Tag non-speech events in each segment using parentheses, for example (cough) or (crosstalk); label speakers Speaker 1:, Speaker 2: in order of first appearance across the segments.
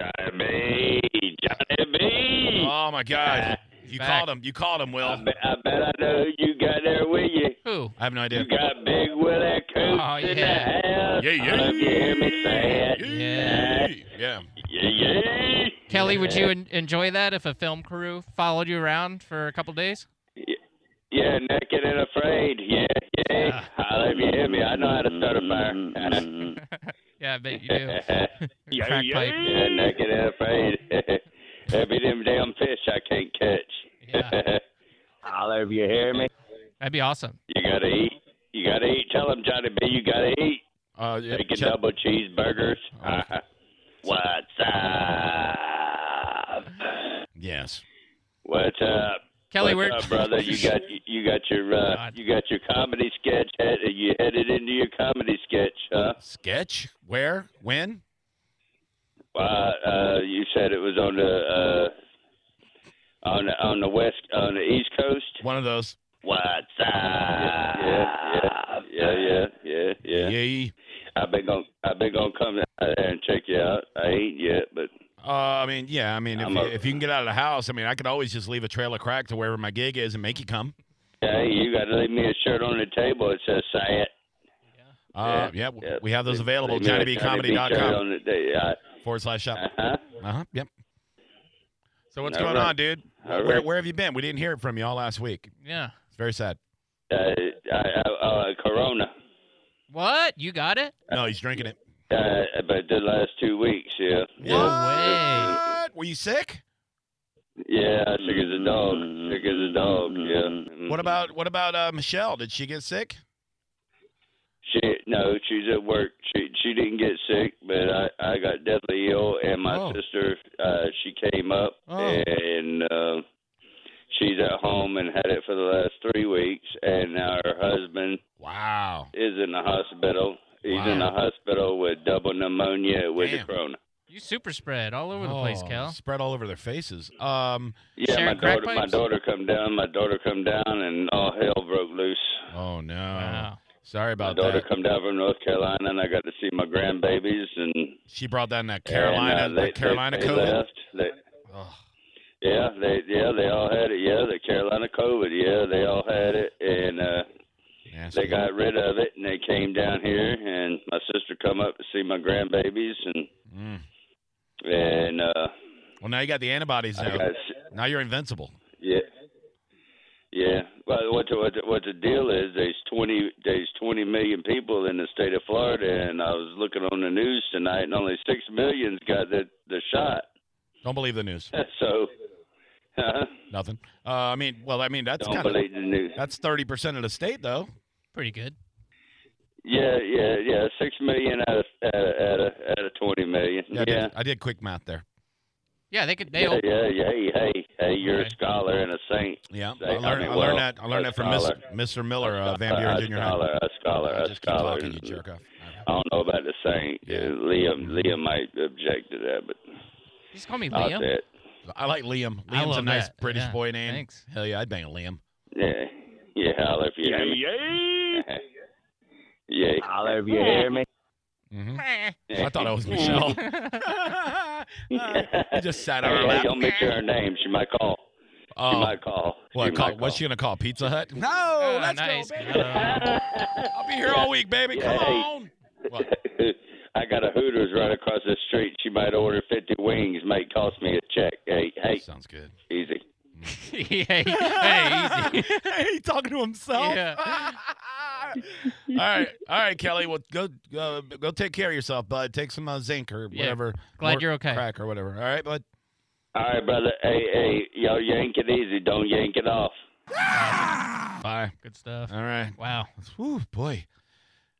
Speaker 1: Johnny B. Johnny B.
Speaker 2: Oh my God! You
Speaker 3: back.
Speaker 2: called him. You called him, Will.
Speaker 1: I, bet, I bet I know who you got there with you.
Speaker 3: Who?
Speaker 2: I have no idea.
Speaker 1: You got Big Willie Coots
Speaker 3: Oh,
Speaker 1: in the
Speaker 3: yeah.
Speaker 1: house.
Speaker 2: Yeah, yeah.
Speaker 1: I love you hear me say it.
Speaker 3: Yeah.
Speaker 2: Yeah.
Speaker 1: Yeah, yeah.
Speaker 3: Kelly, would you en- enjoy that if a film crew followed you around for a couple days?
Speaker 1: Yeah, naked and afraid. Yeah, yeah. I love you hear me. I know how to start a fire.
Speaker 3: Yeah, I bet (laughs) you do.
Speaker 1: yeah,
Speaker 3: Crack pipe.
Speaker 1: (laughs) yeah, naked and afraid. (laughs) That'd be them damn fish I can't catch.
Speaker 3: Yeah.
Speaker 1: Holler if you hear me.
Speaker 3: That'd be awesome.
Speaker 1: (laughs) You gotta eat. You gotta eat. Tell them, Johnny B, you gotta eat.
Speaker 2: Uh, yeah,
Speaker 1: Bacon
Speaker 2: Chet-
Speaker 1: double (laughs) cheeseburgers. What's up?
Speaker 2: yes.
Speaker 1: What's up?
Speaker 3: Kelly,
Speaker 1: What's
Speaker 3: we're
Speaker 1: up, brother?
Speaker 3: (laughs)
Speaker 1: You got you got your uh,
Speaker 3: God.
Speaker 1: you got your comedy sketch. Head, uh, you headed into your comedy sketch, huh?
Speaker 2: Sketch. Where? When?
Speaker 1: Uh, uh, you said it was on the uh, on the, on the west on the east coast.
Speaker 2: One of those.
Speaker 1: What's up? Yeah, yeah, yeah, yeah, yeah. yeah.
Speaker 2: Yay.
Speaker 1: I've been gonna I've been gonna come out there and check you out. I ain't yet, but
Speaker 2: Uh, I mean, yeah. I mean, if
Speaker 1: I'm
Speaker 2: you,
Speaker 1: a-
Speaker 2: if you can get out of the house, I mean, I could always just leave a trail of crack to wherever my gig is and make you come.
Speaker 1: hey, you got to leave me a shirt on the table. It says "Say it."
Speaker 2: Uh, yeah. w- We have those available. JohnnyBComedy.com
Speaker 1: JohnnyBComedy.com.
Speaker 2: forward slash shop.
Speaker 1: Uh-huh.
Speaker 2: Uh huh. Yep. So what's
Speaker 1: All
Speaker 2: going
Speaker 1: right.
Speaker 2: on, dude?
Speaker 1: All
Speaker 2: Where
Speaker 1: right.
Speaker 2: Where have you been? We didn't hear from you all last week.
Speaker 3: yeah.
Speaker 2: It's very sad.
Speaker 1: Uh, I, I, uh, corona,
Speaker 3: What? You got it?
Speaker 2: No, he's drinking it.
Speaker 1: uh, but the last two weeks, yeah,
Speaker 3: No way.
Speaker 2: What? Were you sick?
Speaker 1: yeah, I sick as a dog, sick as a dog, yeah.
Speaker 2: What about What about uh, Michelle? Did she get sick?
Speaker 1: She no, she's at work. She she didn't get sick, but I I got deathly ill, and my
Speaker 2: Oh.
Speaker 1: sister uh, she came up,
Speaker 2: Oh.
Speaker 1: and uh, she's at home and had it for the last three weeks, and now her husband
Speaker 2: Wow.
Speaker 1: is in the hospital. He's in the
Speaker 2: Wow.
Speaker 1: hospital with double pneumonia with
Speaker 2: Damn.
Speaker 1: the corona.
Speaker 3: You super spread all over the place,
Speaker 2: Oh,
Speaker 3: Kel.
Speaker 2: Spread all over their faces. Um.
Speaker 1: Yeah,
Speaker 3: Sharing
Speaker 1: my
Speaker 3: crack
Speaker 1: daughter, my
Speaker 3: pipes?
Speaker 1: daughter come down. My daughter come down, and all hell broke loose.
Speaker 2: Oh no.
Speaker 3: Wow.
Speaker 2: Sorry
Speaker 1: My
Speaker 2: about
Speaker 1: daughter
Speaker 2: that.
Speaker 1: come down from North Carolina, and I got to see my grandbabies. And
Speaker 2: She brought down that Carolina,
Speaker 1: and, uh, they,
Speaker 2: that Carolina
Speaker 1: they, they
Speaker 2: COVID.
Speaker 1: Left. They,
Speaker 2: Ugh.
Speaker 1: yeah, they yeah they all had it. Yeah, the Carolina COVID. Yeah, they all had it, and uh, they
Speaker 2: Nasty.
Speaker 1: got rid of it, and they came down here. And my sister come up to see my grandbabies, and
Speaker 2: Mm.
Speaker 1: and uh,
Speaker 2: Well, now you got the antibodies.
Speaker 1: I
Speaker 2: Now,
Speaker 1: got
Speaker 2: now you're invincible.
Speaker 1: Yeah. Yeah. Well, what the, what the, what the deal is? There's twenty there's twenty million people in the state of Florida, and I was looking on the news tonight, and only six million's got the the shot. (laughs)
Speaker 2: Don't believe the news.
Speaker 1: so, huh?
Speaker 2: Nothing. Uh, I mean, well, I mean that's
Speaker 1: don't
Speaker 2: kind of
Speaker 1: believe the news.
Speaker 2: that's thirty percent of the state, though.
Speaker 3: Pretty good.
Speaker 1: Yeah, yeah, yeah. Six million out of out of, out of, out of twenty million.
Speaker 2: Yeah,
Speaker 1: Yeah.
Speaker 2: I,
Speaker 1: Yeah.
Speaker 2: did, I did quick math there.
Speaker 3: Yeah, they could. They
Speaker 1: Yeah,
Speaker 3: all,
Speaker 1: yeah, Hey, hey, hey! You're
Speaker 3: Okay.
Speaker 1: a scholar and a saint.
Speaker 2: Yeah,
Speaker 1: They-
Speaker 2: I
Speaker 1: I
Speaker 2: learned,
Speaker 1: mean,
Speaker 2: I
Speaker 1: well,
Speaker 2: learned that. I learned that from Miss,
Speaker 1: scholar.
Speaker 2: Mr. Miller, uh, Van
Speaker 1: a
Speaker 2: Buren Junior High.
Speaker 1: scholar, a scholar, a
Speaker 2: Uh, Just keep
Speaker 1: scholar.
Speaker 2: talking, you jerk off.
Speaker 1: I don't know about the saint.
Speaker 2: Yeah.
Speaker 1: Liam, Liam might object to that, but
Speaker 3: just call me
Speaker 1: I'll
Speaker 3: Liam.
Speaker 1: say it.
Speaker 2: I like Liam.
Speaker 3: I
Speaker 2: Liam's a
Speaker 3: love
Speaker 2: nice
Speaker 3: that.
Speaker 2: British
Speaker 3: Yeah,
Speaker 2: boy name.
Speaker 3: thanks.
Speaker 2: Hell yeah, I'd bang a Liam.
Speaker 1: Yeah. Yeah, holler if you hear me. Yeah. Holler if you hear me.
Speaker 3: Mm-hmm.
Speaker 2: hmm I thought I was
Speaker 1: (laughs)
Speaker 2: Michelle. I just sat on her
Speaker 1: Hey,
Speaker 2: lap.
Speaker 1: don't mention her name. She might call. She
Speaker 2: Oh,
Speaker 1: might call.
Speaker 2: what,
Speaker 1: she
Speaker 2: call-
Speaker 1: might
Speaker 2: what's
Speaker 1: (laughs)
Speaker 2: she
Speaker 1: call.
Speaker 2: gonna call Pizza Hut?
Speaker 3: (laughs)
Speaker 2: No,
Speaker 3: Oh,
Speaker 2: let's
Speaker 3: nice.
Speaker 2: go, baby.
Speaker 3: (laughs) Uh,
Speaker 2: I'll be here all week, baby.
Speaker 1: Yeah,
Speaker 2: Come
Speaker 1: hey.
Speaker 2: on. What?
Speaker 1: (laughs) I got a Hooters right across the street. She might order 50 wings. Might cost me a check. Hey, hey,
Speaker 2: Sounds good.
Speaker 1: easy.
Speaker 3: yeah,
Speaker 2: (laughs)
Speaker 3: hey, easy.
Speaker 2: He talking to himself.
Speaker 3: Yeah.
Speaker 2: (laughs) all right, all right, Kelly. Well, go uh, go take care of yourself, bud. Take some uh, zinc or
Speaker 3: Yeah,
Speaker 2: whatever.
Speaker 3: glad
Speaker 2: or
Speaker 3: you're okay.
Speaker 2: Crack or whatever. All right, bud.
Speaker 1: All right, brother. Hey, hey, y'all yank it easy. Don't yank it off.
Speaker 2: Bye.
Speaker 3: Good stuff.
Speaker 2: All right.
Speaker 3: Wow.
Speaker 2: Whew, boy,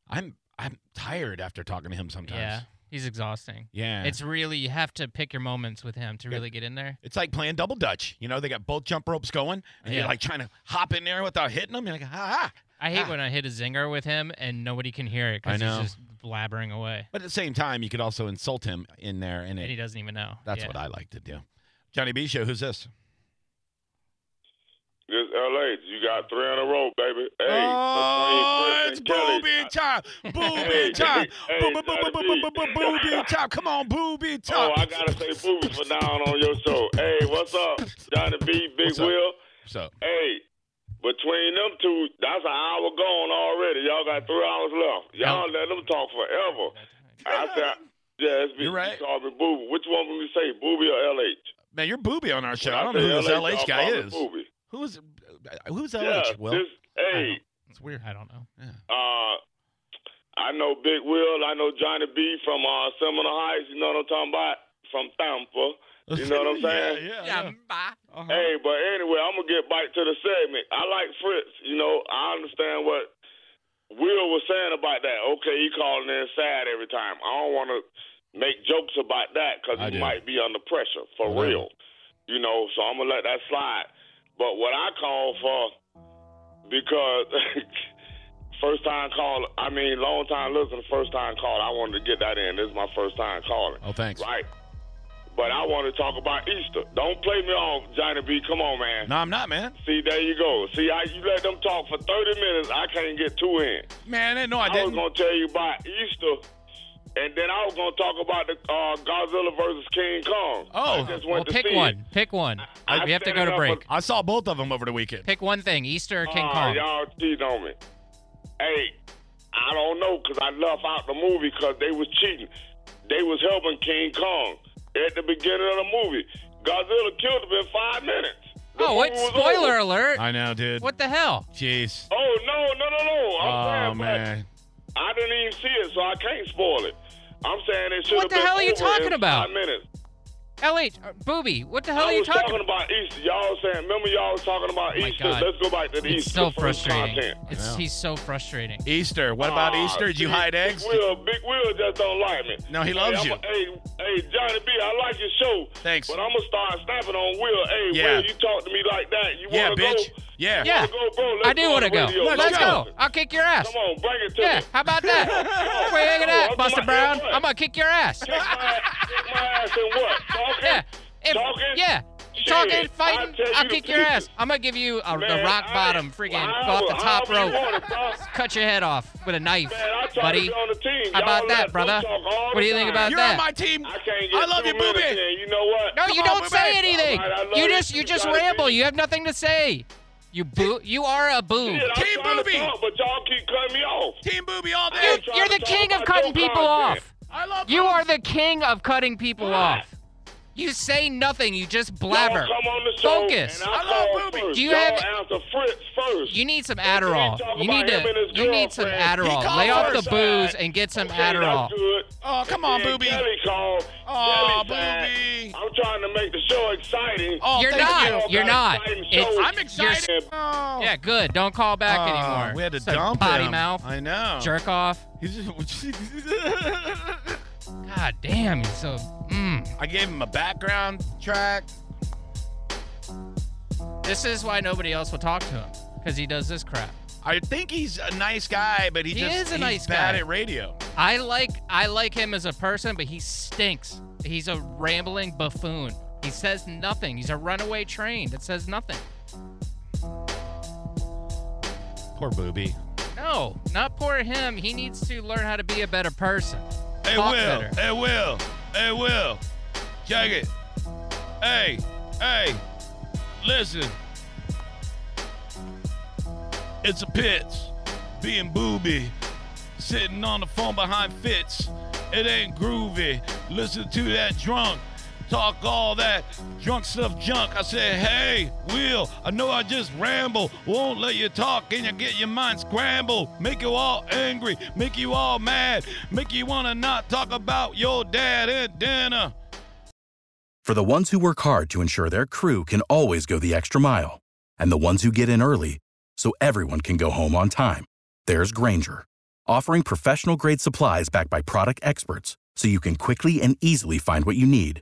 Speaker 2: I'm I'm tired after talking to him sometimes.
Speaker 3: Yeah, he's exhausting.
Speaker 2: Yeah.
Speaker 3: It's really you have to pick your moments with him to really get in there.
Speaker 2: It's like playing double dutch. You know, they got both jump ropes going, and you're
Speaker 3: Yeah.
Speaker 2: like trying to hop in there without hitting them. You're like, ah. ah.
Speaker 3: I hate
Speaker 2: Ah.
Speaker 3: when I hit a zinger with him and nobody can hear it
Speaker 2: I
Speaker 3: because
Speaker 2: know.
Speaker 3: he's just blabbering away
Speaker 2: But at the same time, you could also insult him in there, and,
Speaker 3: and
Speaker 2: it,
Speaker 3: he doesn't even know.
Speaker 2: that's
Speaker 3: Yeah.
Speaker 2: what I like to do. Johnny B. Show, who's this?
Speaker 4: This LA, you got three in a row, baby. Hey,
Speaker 2: oh,
Speaker 4: between Chris
Speaker 2: it's
Speaker 4: and Kelly,
Speaker 2: booby time. Booby
Speaker 4: Hey,
Speaker 2: time.
Speaker 4: hey,
Speaker 2: Boo- boo- boo-
Speaker 4: Johnny
Speaker 2: boo-
Speaker 4: B.
Speaker 2: boo- boo- boo- Booby time. Come on, booby time.
Speaker 4: Oh, I gotta say booby for now on on your show. Hey, what's up, Johnny B, Big
Speaker 2: What's up?
Speaker 4: Will?
Speaker 2: So,
Speaker 4: Hey, between them two, that's an hour gone already. Y'all got three hours
Speaker 2: Oh.
Speaker 4: left. Y'all let them talk forever. I said, yeah, it's been
Speaker 2: You're right.
Speaker 4: you called me booby. Which one would you say, booby or LH?
Speaker 2: man, you're booby on our show. I don't
Speaker 4: say
Speaker 2: know who this
Speaker 4: y'all
Speaker 2: LH guy
Speaker 4: call me
Speaker 2: is.
Speaker 4: Booby.
Speaker 2: Who's who's
Speaker 4: Yeah,
Speaker 2: LH? Will?
Speaker 4: this, hey,
Speaker 3: It's weird. I don't know.
Speaker 2: Yeah.
Speaker 4: uh, I know Big Will. I know Johnny B from uh, Seminole Heights. You know what I'm talking about? From Tampa.
Speaker 2: (laughs)
Speaker 4: You know what I'm saying?
Speaker 2: Yeah, yeah, yeah.
Speaker 3: Yeah, bye.
Speaker 2: Uh-huh.
Speaker 4: Hey, but anyway, I'm gonna get back to the segment. I like Fritz. You know, I understand what Will was saying about that. Okay, he calling in sad every time. I don't want to make jokes about that because
Speaker 2: I
Speaker 4: he
Speaker 2: do.
Speaker 4: might be under pressure for
Speaker 2: Whatever.
Speaker 4: real. You know, so I'm gonna let that slide. But what I call for, because (laughs) first time caller, I mean, long time listener, first time caller. I wanted to get that in. This is my first time calling.
Speaker 2: Oh, thanks.
Speaker 4: Right. But I want to talk about Easter. Don't play me off, Johnny B. Come on, man.
Speaker 2: No, I'm not, man.
Speaker 4: See, there you go. See, I, you let them talk for 30 minutes. I can't get two in.
Speaker 2: Man, no, I
Speaker 4: I was
Speaker 2: didn't.
Speaker 4: going to tell you about Easter, and then I was going to talk about the uh, Godzilla versus King Kong. I
Speaker 2: Oh,
Speaker 4: just
Speaker 3: Well,
Speaker 4: went to
Speaker 3: pick
Speaker 4: see
Speaker 3: one.
Speaker 4: it.
Speaker 3: Pick one.
Speaker 4: I
Speaker 3: we have to
Speaker 4: set
Speaker 3: go
Speaker 4: it
Speaker 3: to
Speaker 4: up
Speaker 3: break.
Speaker 4: a-
Speaker 2: I saw both of them over the weekend.
Speaker 3: Pick one thing: Easter or King
Speaker 4: Ah,
Speaker 3: Kong.
Speaker 4: Y'all cheating on me. Hey, I don't know because I left out the movie because they was cheating. They was helping King Kong at the beginning of the movie. Godzilla killed him in five minutes. The
Speaker 3: Oh, what?
Speaker 4: movie was
Speaker 3: Spoiler
Speaker 4: over.
Speaker 3: alert!
Speaker 2: I know, dude.
Speaker 3: What the hell?
Speaker 2: Jeez.
Speaker 4: Oh no, no, no, no! I'm
Speaker 2: Oh
Speaker 4: saying, but
Speaker 2: man.
Speaker 4: I didn't even see it, so I can't spoil it. I'm saying it should
Speaker 3: What
Speaker 4: have
Speaker 3: the
Speaker 4: been
Speaker 3: hell are you
Speaker 4: over
Speaker 3: talking
Speaker 4: in
Speaker 3: about?
Speaker 4: Five minutes.
Speaker 3: LH, uh, Booby, what the hell
Speaker 4: I
Speaker 3: are you
Speaker 4: was
Speaker 3: talking?
Speaker 4: talking about Easter. Y'all was saying, remember y'all was talking about
Speaker 3: Oh, my
Speaker 4: Easter.
Speaker 3: God.
Speaker 4: Let's go back to the
Speaker 3: It's
Speaker 4: Easter
Speaker 3: so
Speaker 4: first
Speaker 3: frustrating.
Speaker 4: content.
Speaker 3: It's
Speaker 2: Yeah.
Speaker 3: he's so frustrating.
Speaker 2: Easter. What about
Speaker 4: Ah,
Speaker 2: Easter? Did you
Speaker 4: see,
Speaker 2: hide eggs?
Speaker 4: Big Will, Big Will just don't like me.
Speaker 2: No, he loves
Speaker 4: hey,
Speaker 2: you.
Speaker 4: I'm a- hey, hey, Johnny B, I like your show.
Speaker 2: Thanks.
Speaker 4: But I'm gonna start snapping on Will. Hey,
Speaker 2: Yeah.
Speaker 4: Will, you talk to me like that. You
Speaker 2: Yeah,
Speaker 4: wanna
Speaker 2: bitch.
Speaker 4: go?
Speaker 2: Yeah.
Speaker 4: You wanna Go, bro? Let's
Speaker 3: I do
Speaker 4: go on
Speaker 3: want to
Speaker 4: the
Speaker 3: go.
Speaker 4: radio.
Speaker 2: Let's
Speaker 3: Let's
Speaker 2: go.
Speaker 3: go. I'll kick your ass.
Speaker 4: Come on, bring it to
Speaker 3: Yeah,
Speaker 4: me.
Speaker 3: how about
Speaker 4: (laughs)
Speaker 3: that? Where you
Speaker 4: Come on,
Speaker 3: at,
Speaker 4: come
Speaker 3: Buster
Speaker 4: on,
Speaker 3: Brown?
Speaker 4: come on.
Speaker 3: I'm gonna kick your ass.
Speaker 4: Kick my, ass- kick my ass and what? Talking?
Speaker 3: Yeah, if-
Speaker 4: Talking?
Speaker 3: yeah,
Speaker 4: Shit,
Speaker 3: talking,
Speaker 4: I'll
Speaker 3: fighting.
Speaker 4: tell you
Speaker 3: I'll
Speaker 4: the
Speaker 3: kick your ass.
Speaker 4: pieces.
Speaker 3: I'm gonna give you a, the
Speaker 4: Man,
Speaker 3: rock
Speaker 4: I-
Speaker 3: bottom, freaking
Speaker 4: however-
Speaker 3: go off the top
Speaker 4: however you
Speaker 3: rope,
Speaker 4: want it, bro.
Speaker 3: cut your head off with a knife,
Speaker 4: Man, I try to
Speaker 3: buddy.
Speaker 4: be on the team.
Speaker 3: How
Speaker 4: Y'all
Speaker 3: about
Speaker 4: let
Speaker 3: that,
Speaker 4: them
Speaker 3: brother?
Speaker 4: talk all
Speaker 3: What do you
Speaker 4: the
Speaker 3: think
Speaker 4: time.
Speaker 3: about
Speaker 2: You're
Speaker 3: that?
Speaker 2: on my team.
Speaker 4: I can't get
Speaker 2: I love
Speaker 4: two
Speaker 2: you,
Speaker 4: minutes
Speaker 2: Booby.
Speaker 4: in. You know what?
Speaker 3: No,
Speaker 2: Come
Speaker 3: you
Speaker 2: on,
Speaker 3: don't
Speaker 2: Booby.
Speaker 3: say anything.
Speaker 4: All right, I love
Speaker 3: you
Speaker 4: you
Speaker 3: just
Speaker 4: too,
Speaker 3: you just
Speaker 4: Johnny B.
Speaker 3: ramble. You have nothing to say. You boo. You are a boo.
Speaker 4: Shit, I'm
Speaker 2: Team
Speaker 4: trying to
Speaker 2: Booby.
Speaker 4: talk, but y'all keep cutting me off.
Speaker 2: Team Booby all day.
Speaker 3: You're,
Speaker 4: I'm trying
Speaker 3: you're
Speaker 4: to
Speaker 3: the
Speaker 4: talk
Speaker 3: king of
Speaker 4: about
Speaker 3: cutting
Speaker 4: your
Speaker 3: people
Speaker 4: content.
Speaker 3: off.
Speaker 2: I love
Speaker 3: You are the king of cutting people
Speaker 4: What?
Speaker 3: off. You say nothing. You just
Speaker 4: Y'all
Speaker 3: blabber.
Speaker 4: come on the show
Speaker 3: Focus.
Speaker 4: and
Speaker 2: I
Speaker 4: I
Speaker 2: love
Speaker 4: call
Speaker 2: Booby.
Speaker 4: first.
Speaker 3: Do you
Speaker 4: Y'all
Speaker 3: have-
Speaker 4: answer Fritz first.
Speaker 3: You need some
Speaker 4: Let's
Speaker 3: Adderall.
Speaker 4: talk
Speaker 3: You
Speaker 4: about
Speaker 3: need
Speaker 4: him and
Speaker 3: to.
Speaker 4: his
Speaker 3: You need some
Speaker 4: girlfriend.
Speaker 2: He
Speaker 3: Adderall.
Speaker 2: called
Speaker 3: Lay off
Speaker 2: first.
Speaker 3: the booze and get some
Speaker 4: Okay, that's
Speaker 3: Adderall.
Speaker 4: good.
Speaker 2: Oh, come on,
Speaker 4: Then
Speaker 2: Booby.
Speaker 4: Kelly called.
Speaker 2: Oh,
Speaker 4: Kelly said,
Speaker 2: Booby.
Speaker 4: I'm trying to make the show exciting.
Speaker 2: Oh,
Speaker 3: You're
Speaker 2: thank
Speaker 3: not.
Speaker 2: you.
Speaker 3: You're not.
Speaker 4: Exciting
Speaker 3: It's-
Speaker 4: show.
Speaker 2: I'm excited.
Speaker 4: You're-
Speaker 2: Oh.
Speaker 3: Yeah, good. Don't call back
Speaker 2: Oh,
Speaker 3: anymore.
Speaker 2: We had to
Speaker 3: Suck
Speaker 2: dump
Speaker 3: potty
Speaker 2: him. Oh.
Speaker 3: mouth.
Speaker 2: I know.
Speaker 3: Jerk off.
Speaker 2: He's just. (laughs)
Speaker 3: (laughs) God damn. He's so. Mm.
Speaker 2: I gave him a background track.
Speaker 3: This is why nobody else will talk to him because he does this crap.
Speaker 2: I think he's a nice guy, but he,
Speaker 3: He
Speaker 2: just
Speaker 3: is a
Speaker 2: he's
Speaker 3: nice
Speaker 2: bad
Speaker 3: guy.
Speaker 2: at radio.
Speaker 3: I like I like him as a person, but he stinks. He's a rambling buffoon. He says nothing. He's a runaway train that says nothing.
Speaker 2: Poor Booby.
Speaker 3: No, not poor him. He needs to learn how to be a better person.
Speaker 2: Hey
Speaker 3: Talk
Speaker 2: Will,
Speaker 3: better.
Speaker 2: hey Will, hey Will, check it. Hey, hey, listen. It's a Pitts being booby, sitting on the phone behind Fitz. It ain't groovy. Listen to that drunk. Talk all that drunk stuff junk. I said, hey, Will, I know I just ramble. Won't let you talk and you get your mind scrambled. Make you all angry, make you all mad, make you wanna not talk about your dad at dinner.
Speaker 5: For the ones who work hard to ensure their crew can always go the extra mile, and the ones who get in early so everyone can go home on time, there's Granger, offering professional grade supplies backed by product experts so you can quickly and easily find what you need.